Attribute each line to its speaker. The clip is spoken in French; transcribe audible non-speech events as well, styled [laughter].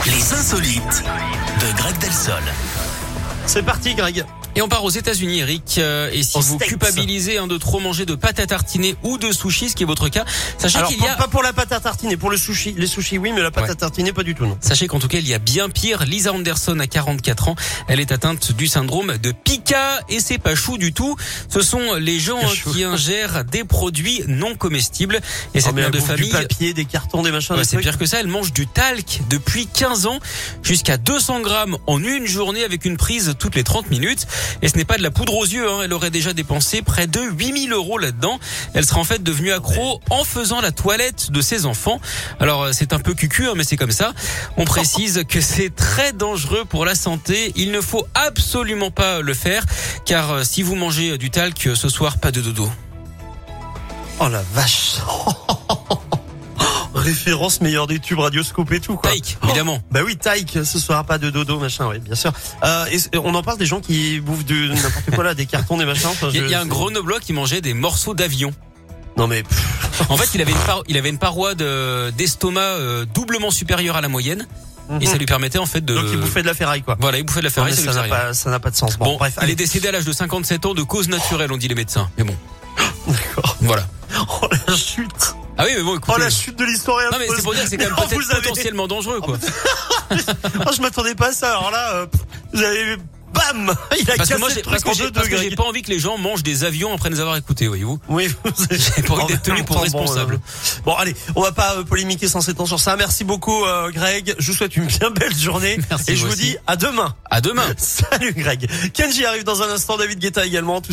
Speaker 1: insolites de Greg Delsol.
Speaker 2: C'est parti, Greg.
Speaker 3: Et on part aux États-Unis, Eric. Euh, Et si
Speaker 2: Aux
Speaker 3: vous
Speaker 2: States.
Speaker 3: culpabilisez hein, de trop manger de pâtes à tartiner ou de sushi, ce qui est votre cas, sachez
Speaker 2: Alors,
Speaker 3: qu'il y
Speaker 2: pas,
Speaker 3: a
Speaker 2: pas pour la pâte à tartiner, pour le sushi. Les sushis, oui, mais la pâte
Speaker 3: Ouais.
Speaker 2: à tartiner, pas du tout, non.
Speaker 3: Sachez qu'en tout cas, il y a bien pire. Lisa Anderson a 44 ans. Elle est atteinte du syndrome de Pica et c'est pas chou du tout. Ce sont les gens
Speaker 2: Pas
Speaker 3: hein,
Speaker 2: chou.
Speaker 3: qui ingèrent des produits non comestibles. Et cette
Speaker 2: Oh, mais
Speaker 3: mère
Speaker 2: elle
Speaker 3: de
Speaker 2: bouffe
Speaker 3: famille,
Speaker 2: Du papier, des cartons, des machins,
Speaker 3: ouais,
Speaker 2: des
Speaker 3: c'est
Speaker 2: trucs.
Speaker 3: pire que ça, elle mange du talc depuis 15 ans, jusqu'à 200 grammes en une journée avec une prise toutes les 30 minutes. Et ce n'est pas de la poudre aux yeux, hein. elle aurait déjà dépensé près de 8000 euros là-dedans. Elle sera en fait devenue accro en faisant la toilette de ses enfants. Alors euh, c'est un peu cucu, hein, mais c'est comme ça. On précise que c'est très dangereux pour la santé. Il ne faut absolument pas le faire, car euh, si vous mangez euh, du talc euh, ce soir, pas de dodo.
Speaker 2: Oh la vache. [laughs] Référence meilleure des tubes, radioscope et tout, quoi.
Speaker 3: Talc, évidemment.
Speaker 2: Bah oui, Taïk, ce soir, pas de dodo, machin, oui, bien sûr. Euh, et c- on en parle des gens qui bouffent de n'importe quoi là, des cartons, des machins. enfin,
Speaker 3: [laughs] Il y a-
Speaker 2: je-
Speaker 3: il y a un Grenoblois qui mangeait des morceaux d'avion.
Speaker 2: Non mais pff,
Speaker 3: En fait, il avait une, par- il avait une paroi de- d'estomac euh, doublement supérieure à la moyenne et ça lui permettait en fait de.
Speaker 2: Mhm. donc ils bouffaient de la ferraille, quoi.
Speaker 3: Voilà, il bouffait de la
Speaker 2: Non, mais
Speaker 3: ferraille, ça lui
Speaker 2: ça n'a
Speaker 3: faisait rien.
Speaker 2: pas, ça n'a pas de sens. Bon,
Speaker 3: Bon,
Speaker 2: bref,
Speaker 3: il
Speaker 2: allez,
Speaker 3: est décédé à l'âge de 57 ans de cause naturelle, on dit les médecins. Mais bon,
Speaker 2: [laughs] d'accord.
Speaker 3: voilà.
Speaker 2: Oh la chute,
Speaker 3: Ah oui, mais bon,
Speaker 2: oh
Speaker 3: écoutez.
Speaker 2: la chute de l'histoire. est
Speaker 3: non mais c'est
Speaker 2: affreuse.
Speaker 3: pour dire que c'est quand même
Speaker 2: Mais [laughs] oh,
Speaker 3: peut-être
Speaker 2: vous avez-
Speaker 3: potentiellement dangereux quoi.
Speaker 2: Oh, je m'attendais pas à ça. Alors là, euh, pff, vous avez bam, [laughs] il a
Speaker 3: Parce que
Speaker 2: cassé
Speaker 3: moi,
Speaker 2: le
Speaker 3: j'ai- parce
Speaker 2: truc
Speaker 3: que
Speaker 2: en
Speaker 3: j'ai
Speaker 2: deux
Speaker 3: parce que j'ai
Speaker 2: degrés.
Speaker 3: pas envie que les gens mangent des avions après nous avoir écoutés, voyez-vous.
Speaker 2: Oui,
Speaker 3: [laughs]
Speaker 2: vous avez-
Speaker 3: J'ai pas envie
Speaker 2: En
Speaker 3: d'être tenu
Speaker 2: même
Speaker 3: pour
Speaker 2: temps, bon,
Speaker 3: responsable.
Speaker 2: euh, Bon, allez, on va pas euh, polémiquer sans s'étendre sur ça. Merci beaucoup, euh, Greg. Je vous souhaite une bien belle journée
Speaker 3: [laughs] Merci,
Speaker 2: et je
Speaker 3: vous
Speaker 2: vous
Speaker 3: aussi.
Speaker 2: dis à demain. [laughs]
Speaker 3: À demain.
Speaker 2: Salut Greg. Kenji arrive dans un instant, David Guetta également, tout ça.